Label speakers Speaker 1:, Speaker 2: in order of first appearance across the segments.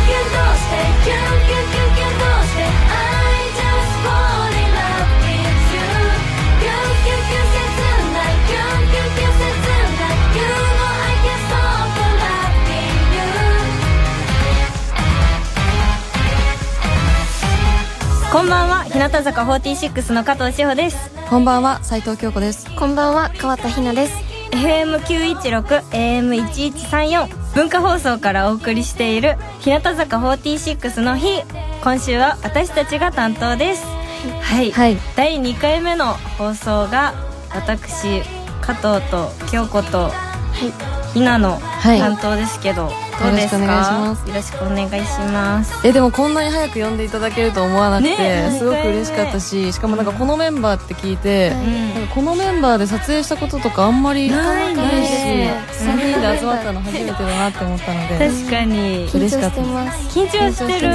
Speaker 1: キュンキュンキュンキュンどうして I just fall in love with you キュンキュンキュン切ないキュンキュンキュン切ない You know I can't stop loving you
Speaker 2: こんばんは日向坂46の加藤志保です
Speaker 3: こんばんは斉藤京子です
Speaker 4: こんばんは、川田ひなです。
Speaker 2: FM916 AM1134 文化放送からお送りしている日向坂46の日今週は私たちが担当ですはい、
Speaker 3: はい
Speaker 2: 第2回目の放送が私加藤と京子とひなの
Speaker 3: い
Speaker 2: 担当ですけど、どうですか
Speaker 3: よ
Speaker 2: よろしくお願いします
Speaker 3: えでもこんなに早く呼んでいただけると思わなくて、
Speaker 2: ねえ
Speaker 3: すごく嬉しかったししかもなんかこのメンバーって聞いて、
Speaker 2: ん
Speaker 3: なんかこのメンバーで撮影したこととかあんまり
Speaker 2: ないね
Speaker 3: ないし3人 で集まったの初めてだなって思ったので
Speaker 2: 確かに
Speaker 3: 嬉
Speaker 4: 緊張
Speaker 3: しかっ
Speaker 4: したてます。
Speaker 2: 緊張してる
Speaker 4: 緊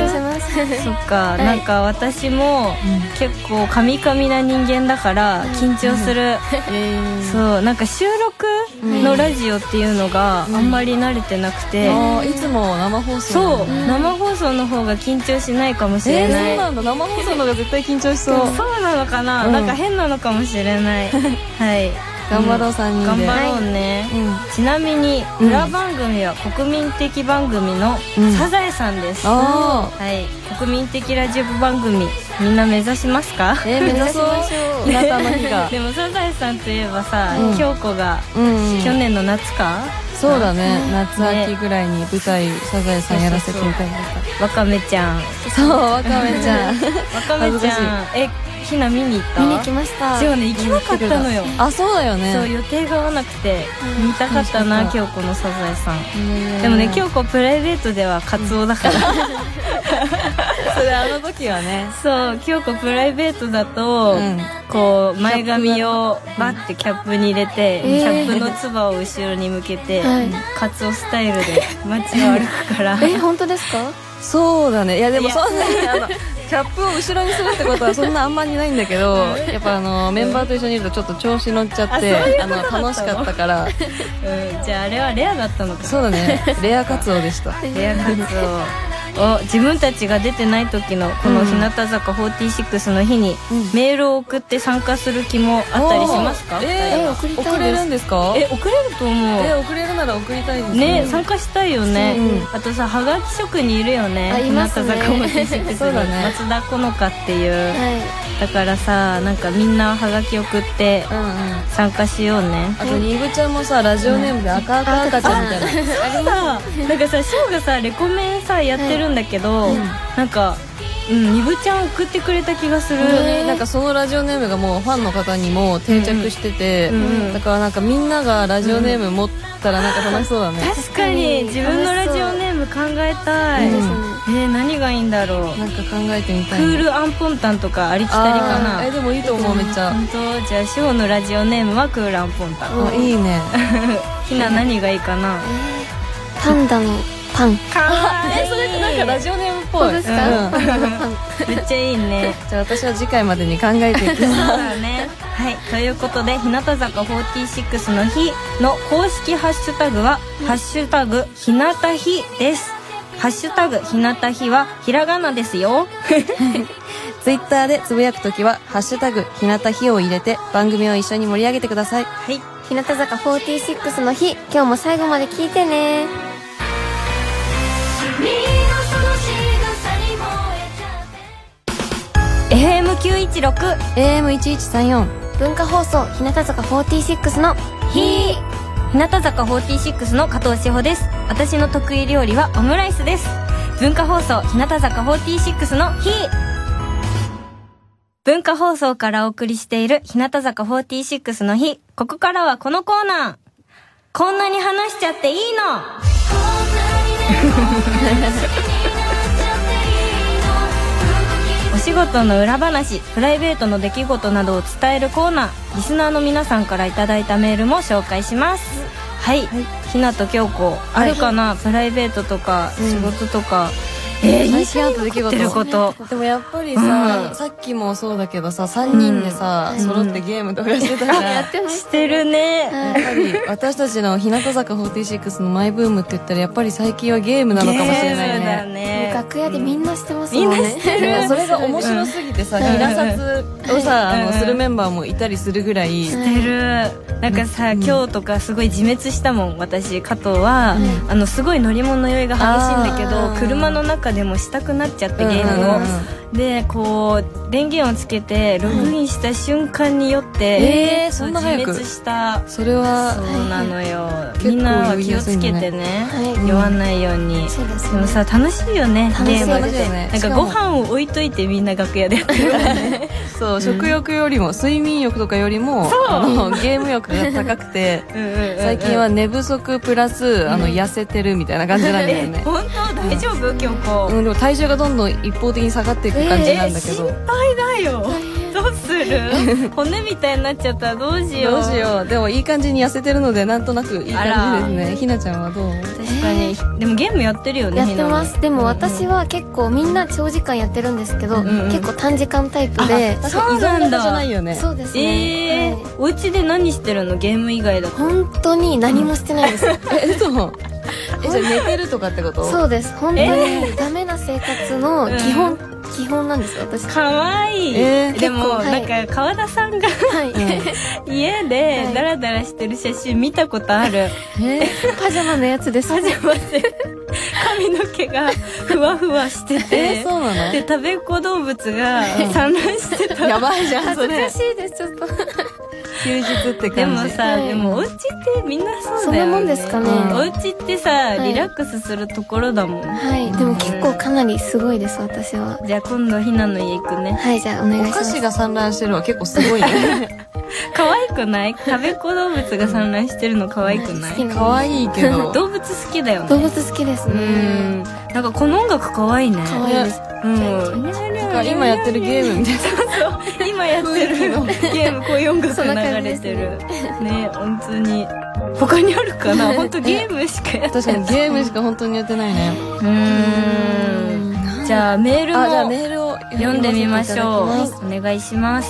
Speaker 4: 張してます。
Speaker 2: そっか、なんか私も結構カミカミな人間だから緊張する、
Speaker 3: えー
Speaker 2: そうなんか収録のラジオっていうのがあんまり慣れてなくて、
Speaker 3: あーいつも生放送な
Speaker 2: そ
Speaker 3: ん
Speaker 2: う、
Speaker 3: だ
Speaker 2: 生放送の方が緊張しないかもしれ
Speaker 3: えー、
Speaker 2: な
Speaker 3: そ
Speaker 2: い、
Speaker 3: うなんだ生放送の方が絶対緊張しそう
Speaker 2: そうなのかな、
Speaker 3: うん
Speaker 2: なんか変なのかもしれない はい
Speaker 3: 頑張ろう3人
Speaker 2: 頑
Speaker 3: で
Speaker 2: 張ろうね、
Speaker 3: うん
Speaker 2: ちなみに裏番組は国民的番組の
Speaker 3: う
Speaker 2: 「
Speaker 3: ん
Speaker 2: サザエさん」です、
Speaker 3: あ
Speaker 2: はい国民的ラジオ番組みんな目指しますか
Speaker 3: ーえー、目指そう 日向の日が
Speaker 2: でもサザエさんといえばさ、
Speaker 3: うん
Speaker 2: 京子が、
Speaker 3: うん
Speaker 2: 去年の夏か
Speaker 3: そうだね夏
Speaker 2: ね
Speaker 3: 秋ぐらいに舞台「サザエさん」やらせていただい
Speaker 2: わかめちゃんわ
Speaker 3: たそうわかめちゃん
Speaker 2: かめちゃんえひな見に行った
Speaker 4: 見に来ました。
Speaker 2: 違うね行けなかったのよ
Speaker 3: あそうだよね
Speaker 2: そう予定が合わなくて見たかったな
Speaker 3: 楽し
Speaker 2: 京子のサザエさん
Speaker 3: うん
Speaker 2: でもね京子プライベートではカツオだから
Speaker 3: それあの時はね
Speaker 2: そう京子プライベートだと、
Speaker 3: うん
Speaker 2: こう前髪をバッてキャップに入れて、
Speaker 4: えー
Speaker 2: キャップのつばを後ろに向けて、
Speaker 4: はい
Speaker 2: カツオスタイルで街を歩くから
Speaker 4: え、本当ですか
Speaker 3: そうだねいやでも
Speaker 2: いや
Speaker 3: そんな にあのキャップを後ろにするってことはそんなあんまりないんだけどやっぱあのメンバーと一緒にいるとちょっと調子乗っちゃってあの楽しかったか
Speaker 2: う
Speaker 3: ら
Speaker 2: んじゃああれはレアだったのか
Speaker 3: そうだ ねレアカツオでした
Speaker 2: レア活動を自分たちが出てない時のこの日向坂46の日に
Speaker 3: うん
Speaker 2: メールを送って参加する気もあったりしますか、
Speaker 3: おーえー、
Speaker 4: えー送りたいです
Speaker 3: 送れるんですか
Speaker 2: え送れると思
Speaker 3: え
Speaker 2: う
Speaker 3: 送れるなら送りたいです
Speaker 2: ね参加したいよね、
Speaker 3: うん
Speaker 2: あとさはがき職人いるよね
Speaker 4: あい
Speaker 2: 日
Speaker 4: ま
Speaker 2: 向
Speaker 4: す
Speaker 2: 坂
Speaker 4: ね
Speaker 2: 46
Speaker 3: そうだ
Speaker 2: の
Speaker 3: ね
Speaker 2: 松田好花っていう
Speaker 4: は。
Speaker 2: だからさなんかみんなはがき送って
Speaker 3: うんうん
Speaker 2: 参加しようね
Speaker 3: あとにぐちゃんもさラジオネームで赤赤赤ちゃんみたいな
Speaker 2: さなんかさ翔がさレコメンさやってるんだけど、なんかうんにぶちゃん送ってくれた気がする、
Speaker 3: なんかそのラジオネームがもうファンの方にも定着してて、
Speaker 2: うんうん
Speaker 3: だからなんかみんながラジオネーム持ったらなんか楽しそうだね、
Speaker 2: 確かに自分のラジオネーム考えたい、
Speaker 3: うん
Speaker 2: えー何がいいんだろう
Speaker 3: なんか考えてみ
Speaker 2: ク
Speaker 3: たい
Speaker 2: ールアンポンタンとかありきたりか
Speaker 3: あ
Speaker 2: な
Speaker 3: ーえでもいいと思うめっちゃ、
Speaker 2: 本当じゃあ志保のラジオネームはクールアンポンタン
Speaker 3: あいいね
Speaker 2: ひな何がいいかない
Speaker 4: パンダのパン。
Speaker 2: かわいい
Speaker 3: それってなんかラジオネームっぽい
Speaker 4: 本当ですか
Speaker 3: うん
Speaker 4: パンダのパン。
Speaker 2: めっちゃいいね
Speaker 3: じゃあ私は次回までに考えていき
Speaker 2: そう
Speaker 3: ます
Speaker 2: だね。はい。ということで、日向坂46の日の公式ハッシュタグは、ハッシュタグ、ひなたひです。ハッシュタグ、ひなたひは、ひらがなです よ。
Speaker 3: ツイッターでつぶやくときは「ハッシュタグひなたひ」を入れて番組を一緒に盛り上げてください
Speaker 2: はい。
Speaker 4: 日向坂46の日、今日も最後まで聞いてね。
Speaker 1: 君のその仕草に燃えちゃって
Speaker 2: FM916。
Speaker 3: AM1134
Speaker 4: 文化放送、日向坂46の日。
Speaker 2: 日向坂46の加藤志保です私の得意料理はオムライスです文化放送日向坂46の日文化放送からお送りしている日向坂46の日ここからはこのコーナーこんなに話しちゃっていいの
Speaker 1: こんなにねこんなに好きになっちゃっていいの動
Speaker 2: お仕事の裏話プライベートの出来事などを伝えるコーナーリスナーの皆さんからいただいたメールも紹介しますはい、ひなと京子あるかな、プライベートとか
Speaker 3: うん
Speaker 2: 仕事とか、えー、
Speaker 3: 最近あった出来
Speaker 2: 言ってること
Speaker 3: でもやっぱりさ、
Speaker 2: うん
Speaker 3: さっきもそうだけどさ3人でさ、
Speaker 2: うん
Speaker 3: 揃ってゲームとかしてたから、やっ
Speaker 4: でも
Speaker 2: してるね
Speaker 4: は
Speaker 3: ぱり私たちの日向坂46のマイブームって言ったらやっぱり最近はゲームなのかもしれない
Speaker 2: ゲームだ
Speaker 3: ね
Speaker 2: ね
Speaker 4: 楽屋でみんなしてます
Speaker 3: みん
Speaker 4: もん
Speaker 3: な
Speaker 4: ね
Speaker 3: 知ってるそれが面白すぎてさ、ひらさつをさ、あ
Speaker 2: うん
Speaker 3: の、するメンバーもいたりするぐらい、
Speaker 4: うん
Speaker 2: てるなんかさ、今日とかすごい自滅したもん私加藤は、あのすごい乗り物酔いが激しいんだけ
Speaker 4: あ
Speaker 2: ど
Speaker 4: ー
Speaker 2: 車の中でもしたくなっちゃって
Speaker 3: うん
Speaker 2: ゲームを、
Speaker 3: うん
Speaker 2: でこう電源をつけてログインした瞬間に酔って、
Speaker 3: えー
Speaker 2: そう
Speaker 3: そんな早く
Speaker 2: 自滅した
Speaker 3: それ
Speaker 2: そ
Speaker 3: は、
Speaker 2: うなのよ、
Speaker 3: い
Speaker 2: みんなは気をつけてね
Speaker 4: はい
Speaker 2: 酔わないように、
Speaker 4: そうです
Speaker 2: でもさ楽しいよね
Speaker 4: 楽しい
Speaker 2: ゲームっ
Speaker 4: 楽しい
Speaker 2: て
Speaker 4: よ
Speaker 3: ね
Speaker 2: なんかご飯を置いといてみんな楽屋でやってる
Speaker 3: そう、食欲よりも、睡眠欲とかよりも、あのゲーム欲が高くて、最近は寝不足プラス、あの、痩せてるみたいな感じなんだよね。
Speaker 2: 本当大丈夫今日こ
Speaker 3: うん、でも体重がどんどん一方的に下がっていく感じなんだけど。
Speaker 2: だよどうする骨みたいになっちゃったらどうしよう
Speaker 3: どうしよう。でもいい感じに痩せてるので、なんとなくいい感じです
Speaker 2: あら
Speaker 3: ね。ひなちゃんはどう
Speaker 2: 確かに、でもゲームやってるよね
Speaker 4: やってま
Speaker 2: ひ
Speaker 4: すでも私は結構みんな長時間やってるんですけど、
Speaker 2: んうん
Speaker 4: 結構短時間タイプで
Speaker 2: あそうなんだ
Speaker 3: 依存型じゃないよね。
Speaker 4: そうです
Speaker 2: なえ
Speaker 4: ね、
Speaker 2: ー
Speaker 4: はい
Speaker 2: お家で何してるのゲーム以外だと
Speaker 4: 本当に何もしてないです、
Speaker 3: え、嘘え、じゃあ寝てるとかってこと
Speaker 4: そうです本当にダメな生活の基本、基本なんです私
Speaker 2: かわいい、
Speaker 3: えー
Speaker 2: でも、
Speaker 4: 結構はい
Speaker 2: なんか川田さんが
Speaker 4: はい、
Speaker 2: 家で
Speaker 4: はい
Speaker 2: ダラダラしてる写真見たことあ る
Speaker 3: え
Speaker 4: パジャマのやつです
Speaker 2: パジャマで髪の毛がふわふわして
Speaker 3: え
Speaker 2: て
Speaker 3: そうな
Speaker 2: で
Speaker 3: の
Speaker 2: 食べっ子動物が産卵してた
Speaker 3: やばいじゃん、
Speaker 4: 恥
Speaker 3: そ
Speaker 4: ずか
Speaker 3: れ。
Speaker 4: しいですちょっと
Speaker 3: 休日って
Speaker 2: で
Speaker 3: 感
Speaker 2: も
Speaker 3: じ。
Speaker 2: さ、
Speaker 4: はい
Speaker 2: でもお家ってみんなそうだよね
Speaker 4: そんなもんですかね
Speaker 2: うんお家ってさ
Speaker 4: い
Speaker 2: リラックスするところだもん、
Speaker 4: はいでも結構かなりすごいです私は
Speaker 2: じゃあ今度ひなの家行くね
Speaker 4: はいじゃあお願い
Speaker 3: お
Speaker 4: しま
Speaker 3: 菓
Speaker 4: す
Speaker 3: 子が散乱してるのは結構すごいね。
Speaker 2: 可愛くない食べっ子動物が産卵してるの可愛くな
Speaker 4: 好き
Speaker 2: い
Speaker 4: な
Speaker 3: 可愛い けど。
Speaker 2: 動物好きだよ
Speaker 4: 動
Speaker 2: ね
Speaker 4: 物好きです
Speaker 2: う
Speaker 4: ね
Speaker 2: んなんかこの音楽可愛いね
Speaker 4: 可愛いです
Speaker 2: うん
Speaker 3: なんか今やってるゲームみたいな。
Speaker 2: 今やってるゲームこういう音楽
Speaker 4: そんな
Speaker 2: 流
Speaker 4: 感じ
Speaker 2: れ
Speaker 4: です
Speaker 2: て
Speaker 4: ね
Speaker 2: るね本当に他にあるか な本当ゲームしかや って
Speaker 3: 確かにゲームしか本当にやってないね。
Speaker 2: うーんじゃあメール
Speaker 3: あ、じゃあ
Speaker 2: も
Speaker 3: メールを
Speaker 2: 読んでみましょう
Speaker 3: 読ませていただきます
Speaker 2: お願いします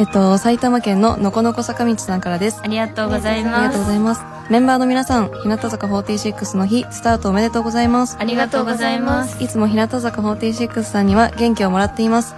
Speaker 3: えっと、埼玉県ののこのこ坂道さんからです。
Speaker 2: ありがとうござい
Speaker 3: あり
Speaker 2: ま
Speaker 3: がとうご
Speaker 2: す
Speaker 3: ざいます。メンバーの皆さん、日向坂46の日、スタートおめでとうございます。
Speaker 2: ありがとうございます
Speaker 3: いつも日向坂46さんには元気をもらっています。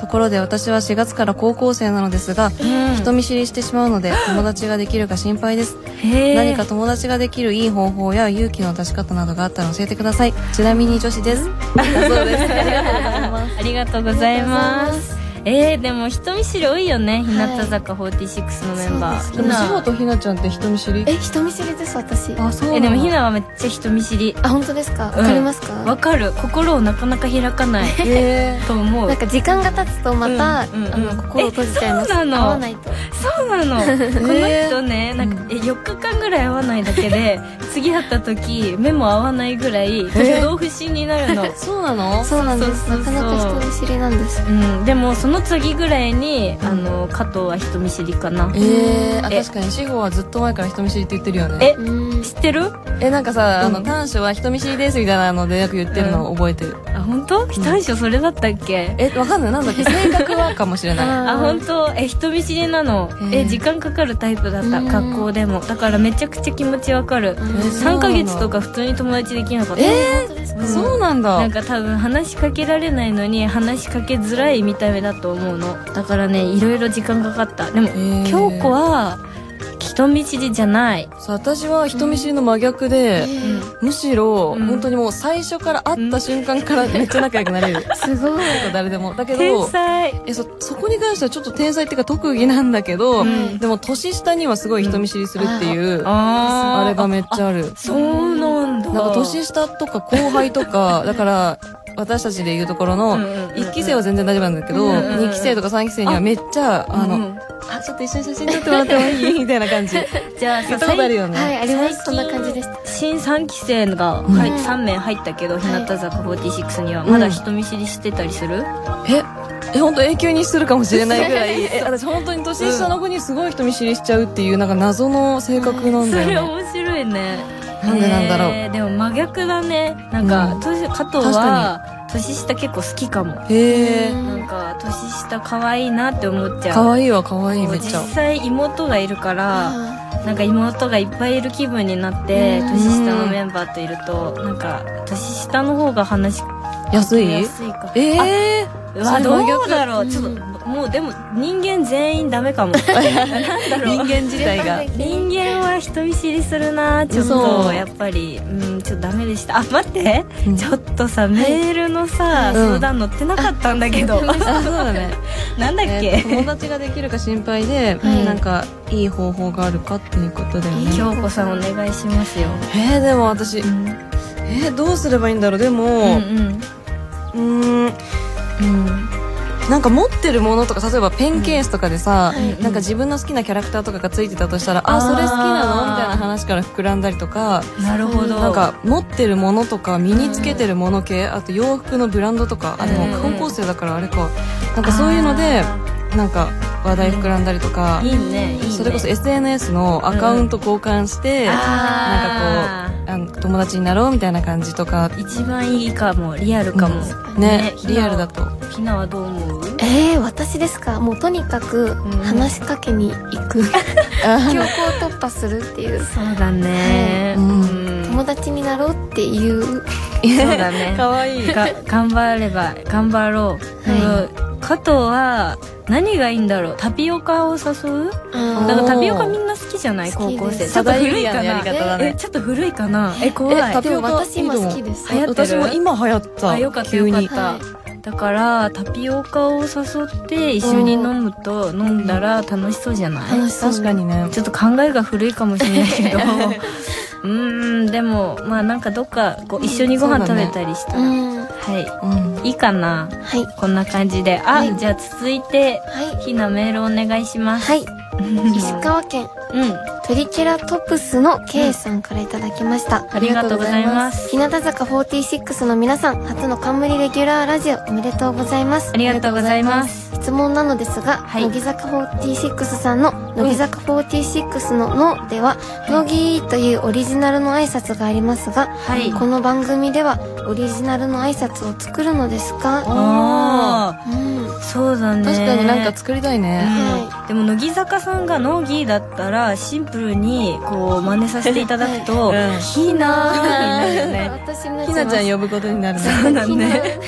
Speaker 3: ところで私は4月から高校生なのですが、人見知りしてしまう ので友達ができるか心配です。何
Speaker 2: 何
Speaker 3: か友達ができるいい方法や勇気の出し方などがあったら教えてください。ちなみに女子です。そうです。ありがとうございます。
Speaker 2: ありがとうございますえー、でも人見知り多いよね日向坂46のメンバーひ
Speaker 3: でも、志保
Speaker 2: な
Speaker 3: とひなちゃんって人見知り
Speaker 4: え人見知りです私
Speaker 3: あ、そう
Speaker 2: えでもひ
Speaker 3: な
Speaker 2: なはめっちゃ人見知り
Speaker 4: あ本当ですかわ
Speaker 2: うん
Speaker 4: かりますか
Speaker 2: わかる心をなかなか開かない
Speaker 3: え
Speaker 2: と思う
Speaker 4: なんか時間が経つとまたあ
Speaker 2: うんうんうん
Speaker 4: の心を閉じちゃいま
Speaker 2: え
Speaker 4: す
Speaker 2: そう
Speaker 4: 合
Speaker 2: なの
Speaker 4: わないと
Speaker 2: そうなのこの人ねなんか
Speaker 3: う
Speaker 2: え4日間ぐらい会わないだけで次会った時目も合わないぐらい挙動不審になるの、
Speaker 3: そうなの
Speaker 4: そうなんです
Speaker 2: そうそうそ
Speaker 4: な
Speaker 2: う
Speaker 4: かなか人見知りなんです
Speaker 2: うん、でもその次ぐらいにあの加藤は人見知りかな
Speaker 3: えー、あ
Speaker 2: え
Speaker 3: 確かに志保はずっと前から人見知りって言ってるよね
Speaker 2: え
Speaker 4: うん
Speaker 2: 知ってる
Speaker 3: えなんかさ、あ
Speaker 2: う
Speaker 3: の
Speaker 2: ん
Speaker 3: 短所は人見知りですみたいなのでよく言ってるのを覚えてる、
Speaker 2: あ本当非対称それだったっけ、
Speaker 3: えわかんないなんだっ け性格はかもしれ ない
Speaker 2: あ本当え人見知りなの
Speaker 3: へー
Speaker 2: え時間かかるタイプだった
Speaker 4: うん
Speaker 2: 学校でもだからめちゃくちゃ気持ちわかる
Speaker 4: ん
Speaker 3: えそう
Speaker 2: 3
Speaker 3: なん
Speaker 2: ヶ
Speaker 3: だ
Speaker 2: 月とか普通に友達できなかった
Speaker 4: え本当ですか
Speaker 3: そうなんだ
Speaker 2: なんか多分話しかけられないのに話しかけづらい見た目だと思うのだからねいろいろ時間かかったでも
Speaker 3: ー
Speaker 2: 京子は人見知りじゃない
Speaker 3: そう私は人見知りの真逆で、むしろ、
Speaker 2: うん
Speaker 3: 本当にもう最初から会った瞬間からめっちゃ仲良くな れる、
Speaker 4: すごい
Speaker 3: 誰でもだけ
Speaker 2: 天
Speaker 3: ど
Speaker 2: 才
Speaker 3: えそそこに関してはちょっと天才っていうか特技なんだけど、
Speaker 2: うん
Speaker 3: でも年下にはすごい人見知りするっていう、
Speaker 2: あ
Speaker 3: あれが
Speaker 2: め
Speaker 3: めっちゃある
Speaker 2: そうなんだ
Speaker 3: なんか年下とか後輩とか、だから、私たちで言うところ
Speaker 2: う
Speaker 3: の
Speaker 2: んうんうん、
Speaker 3: 1期生は全然大丈夫なんだけ
Speaker 2: う
Speaker 3: ど、
Speaker 2: んうんうん
Speaker 3: 2期生とか3期生にはめっちゃ、あ
Speaker 2: う
Speaker 3: の、
Speaker 2: ん
Speaker 3: あ、ちょっと一緒に写真撮ってもらってもいいみたいな 感じ。
Speaker 2: じゃあ
Speaker 3: 言
Speaker 2: さ
Speaker 3: ったことあるよ
Speaker 4: はい
Speaker 3: ね。
Speaker 4: ありますそんな感じでした
Speaker 2: 新3期生が
Speaker 3: ん
Speaker 2: はい3名入ったけど、日向坂46にはまだ人見知りしてたりする、
Speaker 3: え、え、ほんと永久にするかもしれない ぐらい、え、私本当に年下の子にすごい人見知りしちゃうっていう、なんか謎の性格なん
Speaker 2: そ
Speaker 3: だ
Speaker 2: れ
Speaker 3: よね。
Speaker 2: 面白いね
Speaker 3: なんでなんだろう
Speaker 2: えーでも真逆だねなんか、
Speaker 3: うん
Speaker 2: 年加藤は年下結構好きかも
Speaker 3: へえ、
Speaker 2: なんか年下可愛いなって思っちゃう
Speaker 3: かわいいわ、かわいい、めっ
Speaker 2: 実
Speaker 3: ちゃ。
Speaker 2: 際妹がいるから
Speaker 4: あ
Speaker 2: なんか妹がいっぱいいる気分になって
Speaker 4: うん
Speaker 2: 年下のメンバーといるとなんか年下の方が話し
Speaker 3: 安い
Speaker 2: 安いか
Speaker 3: ええ
Speaker 2: う
Speaker 3: そ
Speaker 2: わ
Speaker 3: れ
Speaker 2: ど
Speaker 3: 真逆
Speaker 2: うだろうちょっともうでも人間全員ダメ かもなんだろう
Speaker 3: 人間自体が
Speaker 2: 人間は人見知りするなちょっ
Speaker 3: そ
Speaker 2: と
Speaker 3: う
Speaker 2: やっぱりうんちょっとダメでしたあ待って、
Speaker 3: うん
Speaker 2: ちょっとさメールのさ、
Speaker 3: ん
Speaker 2: 相談載ってなかったんだけど、
Speaker 3: あそうだね
Speaker 2: なんだっけ、
Speaker 3: えー友達ができるか心配で、
Speaker 4: はい
Speaker 3: なんかいい方法があるかっていうことだよね
Speaker 2: 京子さんお願いしますよ、
Speaker 3: えー、でも私、
Speaker 2: ん
Speaker 3: えー、どうすればいいんだろうでも
Speaker 2: うんうん
Speaker 3: うーんなんか持ってるものとか例えばペンケースとかでさ、
Speaker 2: い
Speaker 3: なんか自分の好きなキャラクターとかがついてたとしたら、あ
Speaker 2: あー
Speaker 3: それ好きなのみたいな話から膨らんだりとか
Speaker 2: なるほど
Speaker 3: なんか持ってるものとか身につけてるもの系、あと洋服のブランドとかあでも
Speaker 2: うん
Speaker 3: 高校生だからあれかなんかそういうのでなんか話題膨らんだりとか、
Speaker 2: いいねいいね
Speaker 3: それこそ SNS のアカウント交換して、
Speaker 2: あー
Speaker 3: あの友達になろうみたいな感じとか
Speaker 2: 一番いいかもリアルかも、
Speaker 3: うんね
Speaker 2: ひな
Speaker 3: リアルだと
Speaker 2: ひなはどう思う
Speaker 4: えー、私ですかもうとにかく
Speaker 2: ん
Speaker 4: 話しかけに行 く 強行突破するっていう
Speaker 2: そうだね
Speaker 3: うん
Speaker 2: うん
Speaker 4: 友達になろうっていう
Speaker 2: そうだ ね
Speaker 3: か わいい
Speaker 2: が頑張れば頑張ろう、
Speaker 4: は
Speaker 2: うん加藤は何がいいんだろうタピオカを誘う
Speaker 4: あ
Speaker 2: なん
Speaker 4: ー
Speaker 2: かタピオカみんな好きじゃない
Speaker 4: 好
Speaker 2: 高
Speaker 4: き
Speaker 2: 校生ち
Speaker 4: です
Speaker 2: ょ
Speaker 3: サ
Speaker 2: っと
Speaker 3: ダイ
Speaker 2: 古
Speaker 3: リ
Speaker 2: い
Speaker 3: ア
Speaker 2: か
Speaker 3: のや
Speaker 2: な
Speaker 3: り方だ
Speaker 2: え
Speaker 3: ね
Speaker 2: ちょっと古いかなえ怖い
Speaker 3: えタピ
Speaker 4: でも
Speaker 3: オカ
Speaker 4: 私今好きです
Speaker 2: 流行ってる
Speaker 3: 私も今流行った
Speaker 2: あよかった
Speaker 3: 急
Speaker 2: よかっ
Speaker 3: に
Speaker 2: た、
Speaker 4: は
Speaker 2: だからタピオカを誘って一緒に飲むと飲んだら楽しそうじゃない、
Speaker 4: 楽しそう
Speaker 3: 確かにね
Speaker 2: ちょっと考えが古いかもしれないけどうーんでもまあなんかどっかこう一緒にご飯食べたりしたら、
Speaker 4: うんは
Speaker 3: うん
Speaker 2: はいいいかないこんな感じであ、
Speaker 4: はい
Speaker 2: じゃあ続いて
Speaker 4: はい
Speaker 2: ひなメールお願いします
Speaker 4: はい石川県
Speaker 2: うん
Speaker 4: トリケラトプスの K さんからいただきました、
Speaker 2: ありがとうございます
Speaker 4: 日向坂46の皆さん初の冠レギュラーラジオおめでとうございます
Speaker 2: ありがとうございます
Speaker 4: 質問なのですが、
Speaker 2: はい
Speaker 4: 乃木坂46さんの「乃木坂46のの」では「乃木」というオリジナルの挨拶がありますが、
Speaker 2: はい
Speaker 4: この番組ではオリジナルの挨拶を作るのですか、
Speaker 2: あ
Speaker 4: うん
Speaker 2: あそうだね
Speaker 3: 確かになんか作りたいね、
Speaker 2: うんでも乃木坂さんがノーギーだったらシンプルにこう真似させていただくと
Speaker 3: うん
Speaker 2: 「ひな」になるよね
Speaker 4: 私になっ
Speaker 3: ひ
Speaker 4: ちゃ
Speaker 3: ない
Speaker 4: ま
Speaker 3: ち
Speaker 4: す
Speaker 3: ゃん呼ぶことになるね
Speaker 2: そうだね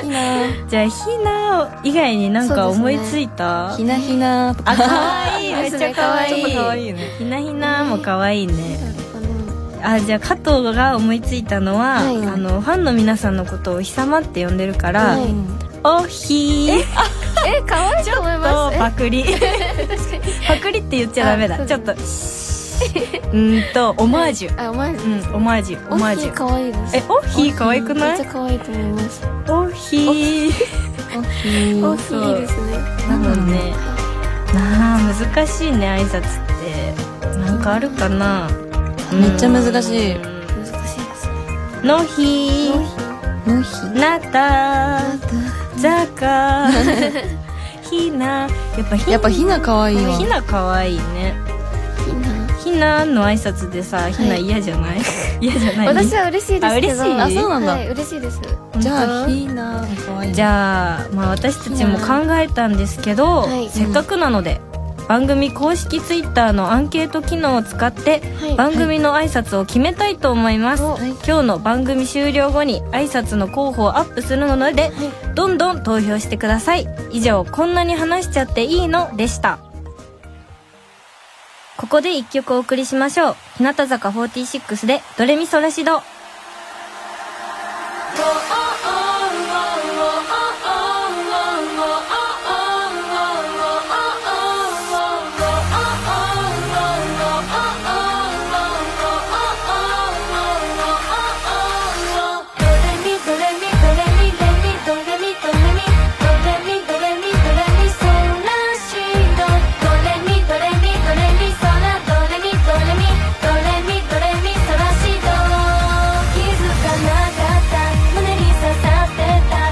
Speaker 4: ひな
Speaker 2: じゃあひな以外になんか思いついた、
Speaker 3: ひなひなとか
Speaker 2: あ可愛いめっちゃ可愛い
Speaker 3: ちょっと可愛いね
Speaker 2: ひなひなも可愛いねあじゃあ加藤が思いついたのは、
Speaker 4: はい
Speaker 2: あのファンの皆さんのことを「ひさま」って呼んでるから
Speaker 4: はい
Speaker 2: 「おひー」
Speaker 4: え可愛いと思いま
Speaker 2: と
Speaker 4: すえ
Speaker 2: パクリパクリって言っちゃダメ
Speaker 4: あそ
Speaker 2: だ
Speaker 4: う
Speaker 2: ち
Speaker 4: だ
Speaker 2: ょっと うーんとオマージュ
Speaker 4: あお前
Speaker 2: うんオマージュオマージュ
Speaker 4: 可愛いです
Speaker 2: えおひー可愛くな
Speaker 4: めっ
Speaker 2: い
Speaker 4: ちゃ可愛いと思います
Speaker 2: おひー
Speaker 4: お
Speaker 2: そ
Speaker 4: ひ
Speaker 2: う
Speaker 4: いいですね
Speaker 2: なのねなあ難しいね挨拶ってなんかあるかな
Speaker 3: めっちゃ難しい
Speaker 2: うん
Speaker 4: 難しいですね
Speaker 2: のひ
Speaker 4: お
Speaker 2: ー
Speaker 4: ひ
Speaker 3: のひ
Speaker 2: なたざかひなやっぱひ
Speaker 3: やっぱひな可愛いわ
Speaker 2: ひなかわいいね
Speaker 4: いいな
Speaker 2: ひなの挨拶でさひな嫌じゃない 嫌じゃない
Speaker 4: 私は嬉しいですけど
Speaker 2: あ嬉しい
Speaker 3: あそうなんだ
Speaker 4: はい嬉しいです
Speaker 3: じゃ
Speaker 2: 本
Speaker 3: あ
Speaker 2: 当
Speaker 3: ひな可愛い
Speaker 2: じゃあ、まあ、私たちも考えたんですけど、
Speaker 4: はい
Speaker 2: せっかくなので、番組公式ツイッターのアンケート機能を使って
Speaker 4: はい
Speaker 2: 番組の挨拶を決めたいと思います、
Speaker 4: はい
Speaker 2: 今日の番組終了後に挨拶の候補をアップするので、どんどん投票してください以上「こんなに話しちゃっていいの?」でしたここで一曲お送りしましょう日向坂46で「ドレミソラシド」
Speaker 1: 「気づかなかった胸に刺さる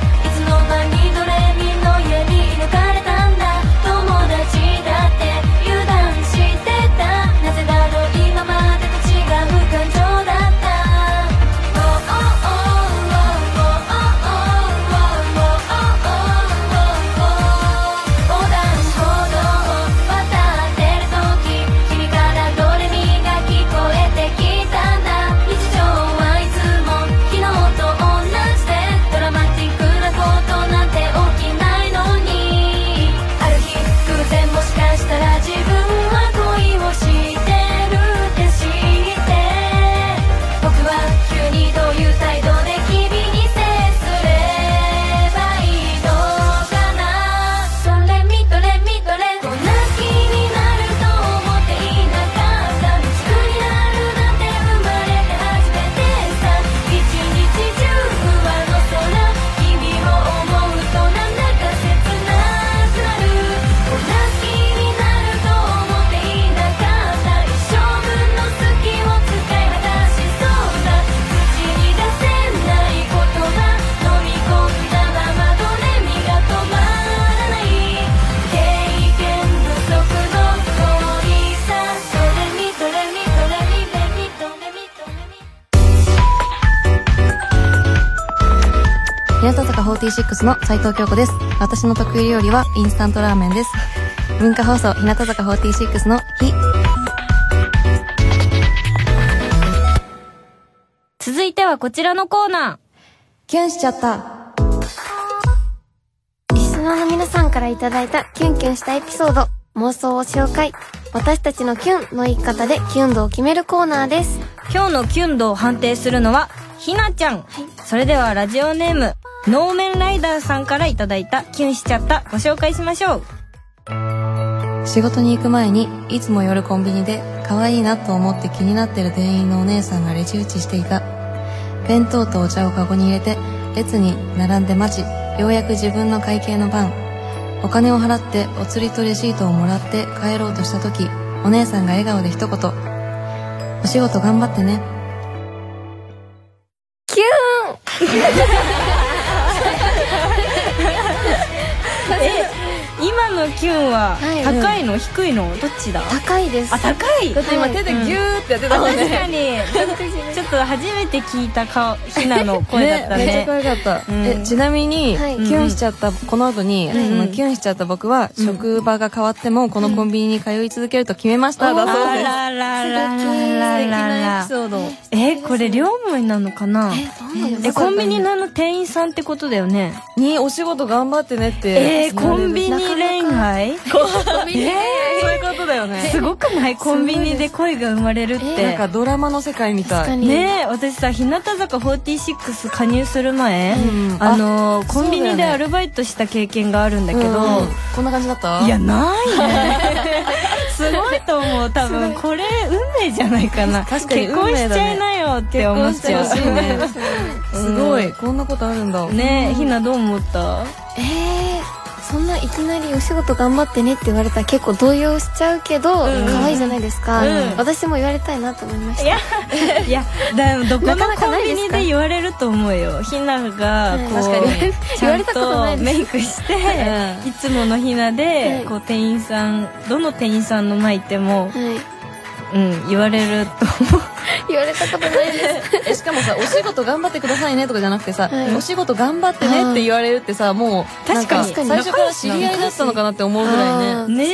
Speaker 1: いう態度で君に接すればいいのかなそれみとれみとれこんな気になると思っていなかった道くになるなんて生まれて初めてさ一日中不安の空君を思うとなんだか切なくなるこんな気になると思っていなかった一生分の好きを使い果たしそうだ口に出せない言葉飲み込んだままどれみが止まらない経験不足の恋さそれみとれみとれみべみとれみとれみ
Speaker 3: 日向坂46の斉藤京子です。私の得意料理はインスタントラーメンです。文化放送日向坂46の日。
Speaker 2: 続いてはこちらのコーナー。
Speaker 3: キュンしちゃった。
Speaker 4: リスナーの皆さんからいただいたキュンキュンしたエピソード、妄想を紹介。私たちのキュンの言い方でキュン度を決めるコーナーです。
Speaker 2: 今日のキュン度を判定するのはひなちゃん、それではラジオネームノーメンライダーさんからいただいたキュンしちゃったご紹介しましょう
Speaker 3: 仕事に行く前にいつも夜コンビニで可愛いなと思って気になってる店員のお姉さんがレジ打ちしていた弁当とお茶をカゴに入れて列に並んで待ちようやく自分の会計の番お金を払ってお釣りとレシートをもらって帰ろうとした時お姉さんが笑顔で一言「お仕事頑張ってね
Speaker 4: キューン
Speaker 2: 今のキュンは
Speaker 4: はい
Speaker 2: 高いの、低いのどっちだ
Speaker 4: 高いです。
Speaker 2: あ高 い
Speaker 3: だって今手でギューってやってたもん
Speaker 2: 確
Speaker 3: ね
Speaker 2: かに ちょっと初めて聞いた顔ひなの声だったね
Speaker 3: めっちゃ可愛かった、
Speaker 2: うん
Speaker 3: えちなみに、
Speaker 4: はい
Speaker 3: キュンしちゃったこの後に、そのキュンしちゃった僕は、職場が変わってもこのコンビニに通い続けると決めました、だ
Speaker 2: あ
Speaker 3: そうです
Speaker 2: らららららら
Speaker 3: ソード
Speaker 2: えこれ両思いなのかな
Speaker 4: え、どうなんで
Speaker 2: え
Speaker 4: すか
Speaker 2: コンビニのあの店員さんってことだよね
Speaker 3: にお仕事頑張ってねって
Speaker 2: えー、コンビニ恋愛
Speaker 3: そういうことだよね
Speaker 2: すごくないコンビニで恋が生まれるっ
Speaker 3: なん
Speaker 2: て
Speaker 3: かドラマの世界みた
Speaker 4: 確か
Speaker 3: い
Speaker 4: に。
Speaker 2: ねえ私さ日向坂46加入する前、
Speaker 3: うん
Speaker 2: あのーコンビ
Speaker 3: そうだよ
Speaker 2: ニで
Speaker 3: ね
Speaker 2: アルバイトした経験があるんだけど、
Speaker 3: うんこんな感じだった
Speaker 2: いやないね すごいと思う多分これ運命じゃないかな
Speaker 3: 確かに
Speaker 2: 結婚し
Speaker 3: 運命だね
Speaker 2: ちゃいなよって思っちゃう
Speaker 3: 結婚してほしいねすご
Speaker 2: う
Speaker 3: いこんなことあるんだ
Speaker 2: ねえひなどう思った
Speaker 4: えー、そんないきなりお仕事頑張ってねって言われたら結構動揺しちゃうけど、可愛いじゃないですか、
Speaker 2: うん
Speaker 4: 私も言われたいなと思いました。
Speaker 2: いや だどこの
Speaker 4: なかなか
Speaker 2: コ
Speaker 4: な
Speaker 2: ン
Speaker 4: い
Speaker 2: ビ
Speaker 4: ですか
Speaker 2: ニで言われると思うよひながこう、
Speaker 4: はい確かに
Speaker 2: ち
Speaker 4: 言わ
Speaker 2: ゃん
Speaker 4: れたことない
Speaker 2: と
Speaker 4: です
Speaker 2: メイクして、
Speaker 3: う
Speaker 2: いつものひな
Speaker 4: は
Speaker 2: で
Speaker 4: い
Speaker 2: こう店員さんどの店員さんの前行っても、
Speaker 4: はい。
Speaker 2: うん、言われると思う
Speaker 4: 言われたことないです。
Speaker 3: えしかもさお仕事頑張ってくださいねとかじゃなくてさ、
Speaker 4: はい
Speaker 3: お仕事頑張ってねって言われるってさもう
Speaker 2: 確かに
Speaker 3: なん最初から知り合いだったのかなって思うぐらい
Speaker 4: あ
Speaker 3: ね
Speaker 4: ー
Speaker 2: ね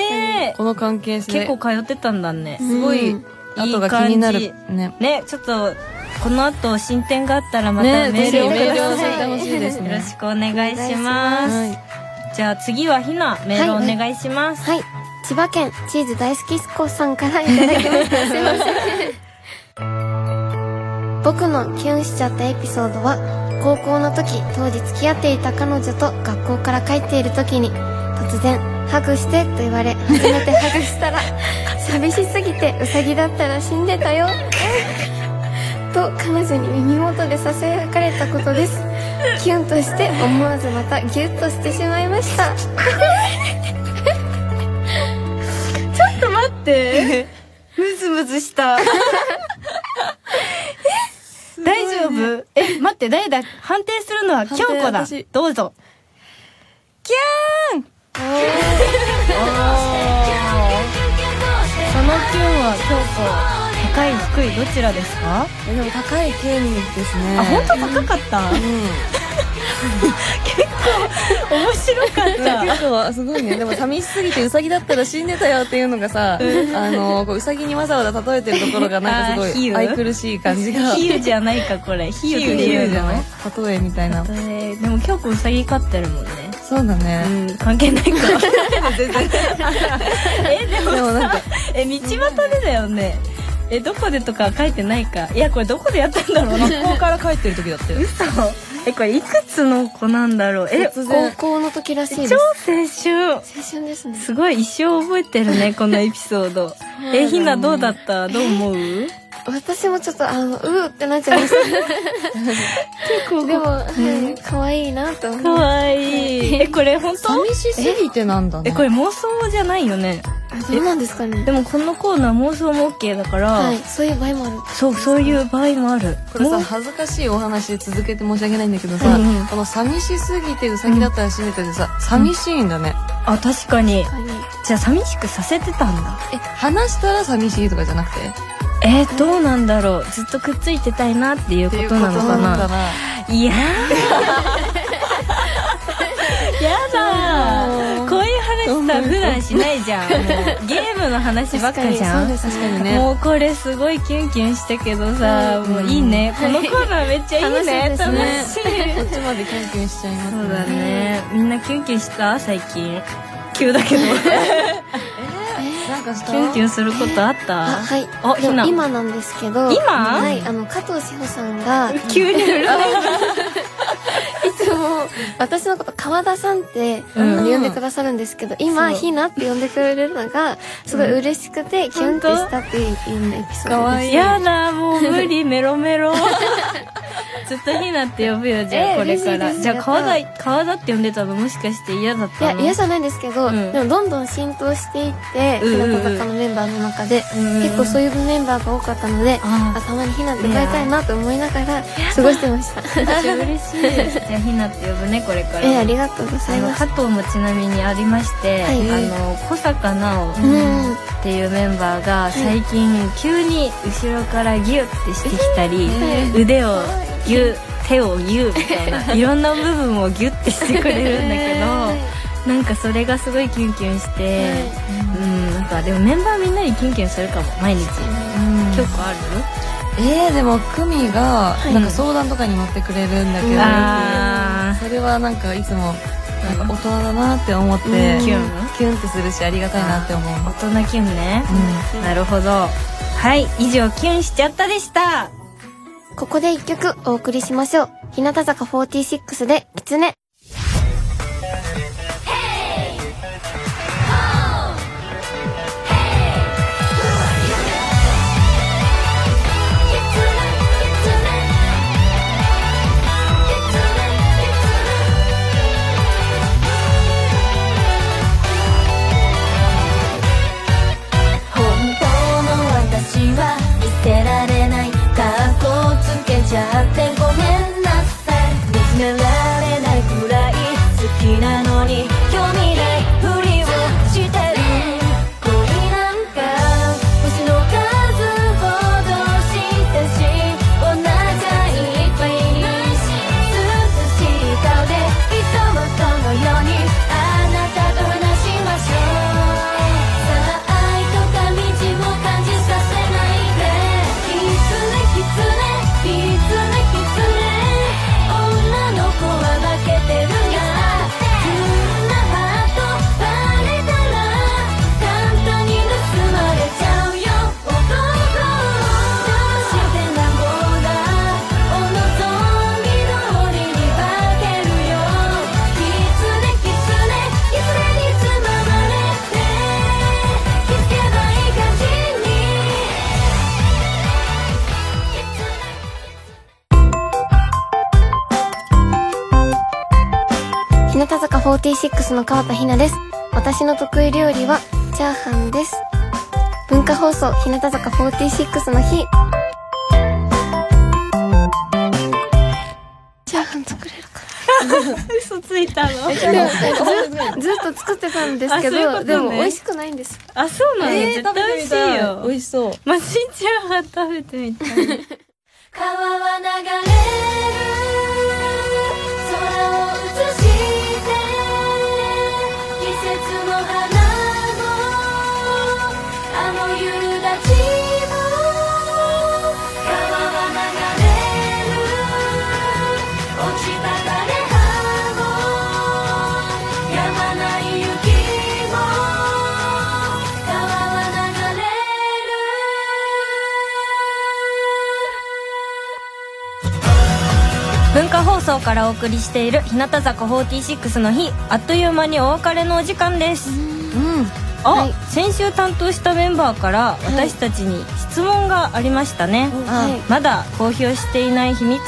Speaker 2: え
Speaker 3: この関係性
Speaker 2: 結構通ってたんだね
Speaker 4: うん
Speaker 3: すごい
Speaker 4: うん
Speaker 3: 後が気になる
Speaker 2: いい感
Speaker 3: ね
Speaker 2: ねちょっとこの後進展があったらまたメ
Speaker 3: ね
Speaker 2: ー
Speaker 3: ぜ
Speaker 2: ル
Speaker 3: ひ
Speaker 2: をく
Speaker 3: メール
Speaker 2: だ
Speaker 3: を教え
Speaker 2: さ
Speaker 3: て
Speaker 2: い、
Speaker 3: ほしいですね
Speaker 2: よろしくお願いし
Speaker 4: お
Speaker 2: ます
Speaker 3: はい
Speaker 2: じゃあ次はひなメールお願いします、
Speaker 4: はい。千葉県チーズ大好きスコさんからいただきました。すいません。僕のキュンしちゃったエピソードは、高校の時、当時付き合っていた彼女と学校から帰っている時に、突然、ハグしてと言われ、初めてハグしたら、 寂しすぎてウサギだったら死んでたよ。 と彼女に耳元で囁かれたことです。キュンとして思わずまたギュッとしてしまいました。
Speaker 2: ムズムズした。 大丈夫、え、待って、誰だ判定するのは京
Speaker 3: 定
Speaker 2: 子だ
Speaker 3: 私。
Speaker 2: どうぞ。キューン
Speaker 1: そ
Speaker 2: そのキューンは京子、高い、低い、どちらですか、
Speaker 3: えでも高い権利ですね
Speaker 2: あ、本当高かった、 面白か
Speaker 3: うん、
Speaker 2: っ
Speaker 3: 結構す ごいねでも寂しすぎてウサギだったら死んでたよっていうのがさ、あのこうウサギにわざわざ例えてるところがなんか
Speaker 2: あー
Speaker 3: す
Speaker 2: 比
Speaker 3: ごい
Speaker 2: 喩
Speaker 3: 愛くるしい感じ
Speaker 2: た。
Speaker 3: が
Speaker 2: 比喩じゃないか、これ。比喩っていう
Speaker 3: じゃない
Speaker 2: の
Speaker 3: 例えみたいな
Speaker 2: えーでも京子うさぎ飼ってるもんね。
Speaker 3: そうだね、
Speaker 2: うん、関係ないか。全然。え、でも
Speaker 3: でもなんか
Speaker 2: え道端でだよねえどこでとか書いてないかいやこれどこでやったんだろうな
Speaker 5: 学校から帰ってる時だってよ
Speaker 2: 嘘えこれいくつの子なんだろうえ
Speaker 5: 突
Speaker 4: 高
Speaker 5: 然
Speaker 4: 校の時らしいです
Speaker 2: 超青春
Speaker 4: 青春ですね
Speaker 2: すごい一生覚えてるねこのエピソードえひなどうだったどう思う
Speaker 4: 私もちょっとあのうーってなっちゃいました でも、はい、可愛いなと思う
Speaker 2: かわいいえこれ本当
Speaker 3: 寂しすぎてなんだな
Speaker 2: えこれ妄想じゃないよね
Speaker 4: あどうなんですかね
Speaker 2: でもこのコーナー妄想も OK だから、
Speaker 4: はいそういう場合もある
Speaker 2: そうそういう場合もある
Speaker 3: これ
Speaker 2: も
Speaker 3: さ
Speaker 2: う
Speaker 3: 恥ずかしいお話続けて申し訳ないんだけどさ、
Speaker 2: うんうん
Speaker 3: この寂しすぎてうさぎだったらしめてでさ、寂しいんだね
Speaker 2: あ確かに
Speaker 4: はい
Speaker 2: じゃあ寂しくさせてたんだ
Speaker 3: え話したら寂しいとかじゃなくて
Speaker 2: えー、どうなんだろうずっとくっついてたいなっていうことなのかないやー やだーこういう話さ普段しない じゃんもうゲームの話ばっかじゃん
Speaker 3: 確かにね
Speaker 2: もうこれすごいキュンキュンしたけどさ、もういいねこのコーナーめっちゃいいね楽しい
Speaker 3: こっちまでキュンキュンしちゃいます
Speaker 2: そうだねみんなキュンキュンした最近急だけど
Speaker 3: なんかした
Speaker 2: キュンキュンすることあった
Speaker 4: あはい
Speaker 2: あ
Speaker 4: で
Speaker 2: ひ
Speaker 4: も
Speaker 2: な
Speaker 4: 今なんですけど
Speaker 2: 今
Speaker 4: はいあの加藤志保さん がい
Speaker 2: 急に
Speaker 4: つも私のこと川田さんって、あの呼んでくださるんですけど今
Speaker 2: そう
Speaker 4: ひなって呼んでくれるのがすごい嬉しくて、キュンってしたっていうエピソードです
Speaker 3: かわい
Speaker 2: やだもう無理メロメ ロずっとひなって呼ぶよじゃあ
Speaker 4: え
Speaker 2: これか
Speaker 4: 嬉しい
Speaker 2: ら
Speaker 4: です
Speaker 2: じゃあ川
Speaker 4: や
Speaker 2: 田川田って呼んでたのもしかして嫌だっ
Speaker 4: い
Speaker 2: た
Speaker 4: や
Speaker 2: の
Speaker 4: 嫌じゃないんですけど、
Speaker 2: うん
Speaker 4: でもどんどん浸透していって、
Speaker 2: うんうんうん
Speaker 4: 日向坂のメンバーの中で、
Speaker 2: うんうん
Speaker 4: 結構そういうメンバーが多かったので、
Speaker 2: あー
Speaker 4: あたまにひなって帰りたいなと思いながら過ごして ました。
Speaker 2: 嬉しいじゃあひなって呼ぶねこれから
Speaker 4: えありがとうござ
Speaker 2: あ
Speaker 4: い
Speaker 2: の
Speaker 4: ます
Speaker 2: 加。藤もちなみにありまして、
Speaker 4: はい
Speaker 2: あの小坂直
Speaker 4: うん、
Speaker 2: っていうメンバーが最近急に後ろからギュッてしてきたり、腕をギュッ手をギュッみたい ないろんな部分をギュッてしてくれるんだけどなんかそれがすごいキュンキュンして、うんなんかでもメンバーみんなにキュンキュンするかも毎日
Speaker 3: うん
Speaker 2: 今日ある
Speaker 3: えー、でも久美がなんか相談とかに乗ってくれるんだけど、
Speaker 2: あ
Speaker 3: それはなんかいつもなんか大人だなって思って、
Speaker 2: うんキュン
Speaker 3: キュンってするしありがたいなって思う、
Speaker 2: ー大人キュンね、なるほどはい以上キュンしちゃったでした
Speaker 4: ここで一曲お送りしましょう。日向坂46で狐。
Speaker 1: 本当の私は見てられないカッコつけちゃってごめんなさい見つめられないくらい好きなのに興味ないふりをしてる恋なんか星の数ほどしてしお腹いっぱいに涼しい顔でいつもこのようにあなたと話しましょうさあ愛とか道を感じさせないで傷つきついきつねきつねきつね女の子は負けてるがそんなハートバレたら簡単に盗まれちゃうよ男どうしてなんぼだお望み通りに化けるよきつねきつねいつれにつままれて気づけない感じに
Speaker 4: 日向坂46の川田ひなです。私の得意料理はチャーハンです。文化放送日向坂46の日。 チャーハン作れるか
Speaker 2: 嘘ついたの
Speaker 4: なずっと作ってたんですけ
Speaker 2: あそ
Speaker 4: ど、
Speaker 2: ういうことね
Speaker 4: でも美味しくないんです。
Speaker 2: あそうなの、
Speaker 3: えー
Speaker 2: 絶対美味しいよ
Speaker 3: 美味しそう
Speaker 2: マシンチャーハン食べてみたい
Speaker 1: 川は流れる空を映して季節の花のあの夕立も川は流れる落ち葉枯れ葉もやまない雪も川は流れる
Speaker 2: 文化放送からお送りしている日向坂46の日あっという間にお別れのお時間です
Speaker 3: うん
Speaker 2: あ、
Speaker 4: はい
Speaker 2: 先週担当したメンバーから私たちに質問がありましたね、
Speaker 3: あ
Speaker 4: はい
Speaker 2: まだ公表していない秘密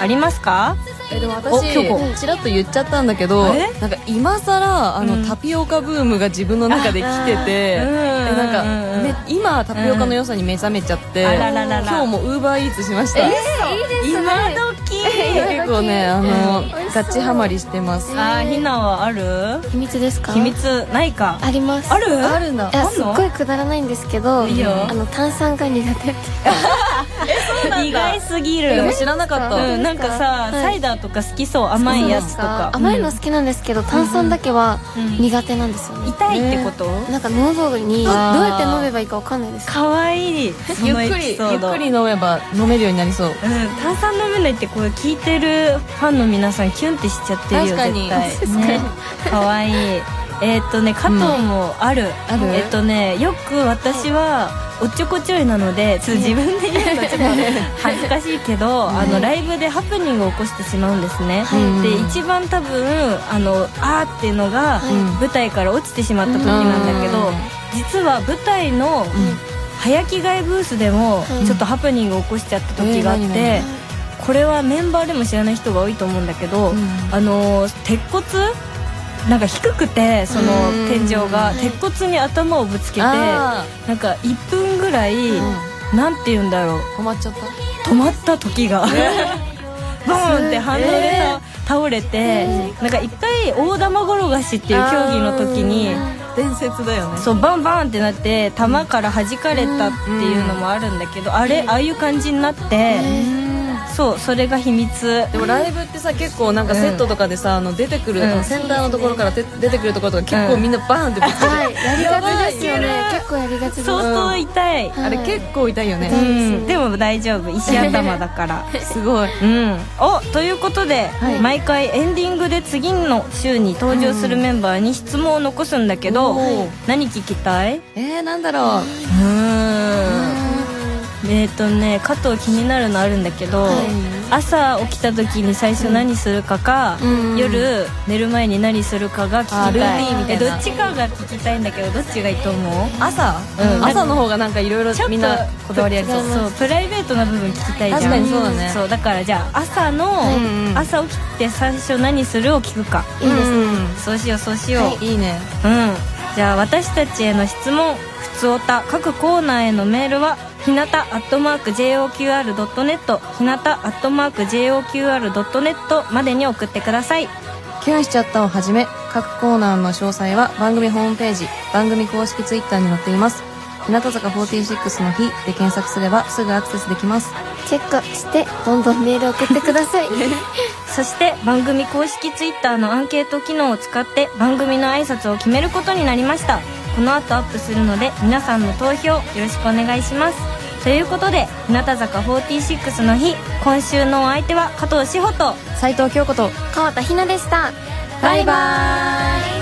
Speaker 2: ありますか
Speaker 3: えでも私
Speaker 2: おキョコ
Speaker 3: ちらっと言っちゃったんだけど
Speaker 2: え
Speaker 3: なんか今更あの、
Speaker 2: うん
Speaker 3: タピオカブームが自分の中で来てて
Speaker 2: あーうん
Speaker 3: でなんか
Speaker 2: うんうん
Speaker 3: め今タピオカの良さに目覚めちゃって、
Speaker 2: あらららら
Speaker 3: 今日もウーバーイーツしました、
Speaker 4: いいですね
Speaker 2: 今 時
Speaker 3: 結構ねあの、ガチハマりしてます
Speaker 2: あーひなはある
Speaker 4: 秘密ですか
Speaker 2: 秘密ないか
Speaker 4: あります
Speaker 2: ある
Speaker 3: あるない
Speaker 4: や
Speaker 2: あん
Speaker 4: すっ
Speaker 2: の
Speaker 4: ごいくだらないんですけど
Speaker 2: いいよ
Speaker 4: あの炭酸が苦手って
Speaker 2: 意外すぎ
Speaker 3: で
Speaker 2: る
Speaker 3: も知らなかった、
Speaker 2: うん、なんかさ、
Speaker 4: は
Speaker 2: サ
Speaker 4: い
Speaker 2: イダーとか好きそう甘いやつとか
Speaker 4: 甘いの好きなんですけど炭酸だけは
Speaker 2: うん
Speaker 4: 苦手なんですよね、
Speaker 2: 痛いってこと、
Speaker 4: なんか喉にどう
Speaker 3: あー
Speaker 4: やって飲めばいいかわかんないです
Speaker 2: かわいいそ
Speaker 3: ゆ
Speaker 2: の
Speaker 3: っ
Speaker 2: エ
Speaker 3: く
Speaker 2: ピ
Speaker 3: りゆ
Speaker 2: ソー
Speaker 3: っ
Speaker 2: ド
Speaker 3: くり飲めば飲めるようになりそう
Speaker 2: うん、炭酸飲めないってこれ聞いてるファンの皆さんキュンってしちゃってるよ
Speaker 3: 確かに
Speaker 2: 絶対ねかわいいえーっとね加藤もある、
Speaker 3: ある
Speaker 2: えーっとねよく私はおっちょこちょいなのでちょっと自分で言うのちょっと恥ずかしいけど、あのライブでハプニングを起こしてしまうんですね、
Speaker 3: はい
Speaker 2: で一番多分あのあーっていうのが
Speaker 3: い
Speaker 2: 舞台から落ちてしまった時なんだけど、
Speaker 3: うん
Speaker 2: 実は舞台の早着替えブースでも
Speaker 4: はい
Speaker 2: ちょっとハプニングを起こしちゃった時があって、
Speaker 3: えー何々
Speaker 2: これはメンバーでも知らない人が多いと思うんだけど、
Speaker 3: ん
Speaker 2: あのー鉄骨なんか低くてその
Speaker 3: う
Speaker 2: 天
Speaker 3: ん
Speaker 2: 井が
Speaker 4: い
Speaker 2: 鉄骨に頭をぶつけてな
Speaker 3: あ
Speaker 2: んか1分ぐらい、
Speaker 3: う
Speaker 2: なんて言うんだろう
Speaker 3: ー止まっちゃった
Speaker 2: 止まった時が ボーンって反応でさ倒れてなんか一回大玉転がしっていう競技の時に
Speaker 3: 伝説だよね
Speaker 2: そうバンバンってなって球から弾かれたっていうのもあるんだけどあれああいう感じになってそうそれが秘密
Speaker 3: でもライブってさ結構なんかセットとかでさ、あの出てくる、
Speaker 2: うん
Speaker 3: あのセンターのところから出出てくるところとか結構みんなバーンってぶつけて、
Speaker 4: はいやりがちですよね結構やりがちです
Speaker 2: 相当痛い
Speaker 4: ん
Speaker 3: あれ結構痛いよ
Speaker 2: う
Speaker 3: ね、
Speaker 2: んでも大丈夫石頭だから
Speaker 3: すごい
Speaker 2: うんおということで、
Speaker 3: い
Speaker 2: 毎回エンディングで次の週に登場するメンバーに質問を残すんだけど、
Speaker 3: おー
Speaker 2: 何聞きたいう
Speaker 3: えー、なんだろう
Speaker 2: ーんえっ、とね加藤気になるのあるんだけど、朝起きた時に最初何するかか、
Speaker 4: うん
Speaker 2: 夜寝る前に何するかが聞きた
Speaker 3: あ
Speaker 2: い
Speaker 3: ルーティンみたいな
Speaker 2: えどっちかが聞きたいんだけどどっちがいいと思う
Speaker 3: 朝、
Speaker 2: うん
Speaker 3: 朝の方がなんかいろいろ
Speaker 2: ちょっと
Speaker 3: みんなこだわりありそう
Speaker 2: そうプライベートな部分聞きたいじゃん
Speaker 3: 確かにそうだね
Speaker 2: そうだからじゃあ朝の、
Speaker 3: んうん
Speaker 2: 朝起きて最初何するを聞くか
Speaker 4: いいですね
Speaker 2: そうしようそうしよう、
Speaker 3: うんいいね
Speaker 2: うんじゃあ私たちへの質問ふつおた各コーナーへのメールはひなた JOQR.net ひなた JOQR.net までに送ってください
Speaker 3: キュンしちゃったをはじめ各コーナーの詳細は番組ホームページ番組公式ツイッターに載っています日向坂46の日で検索すればすぐアクセスできます
Speaker 4: チェックしてどんどんメール送ってくだ さい
Speaker 2: そして番組公式ツイッターのアンケート機能を使って番組の挨拶を決めることになりましたこの後アップするので皆さんの投票よろしくお願いしますということで日向坂46の日今週のお相手は加藤志保と
Speaker 3: 斉藤京子と
Speaker 4: 川田ひなでした
Speaker 2: バイバーイ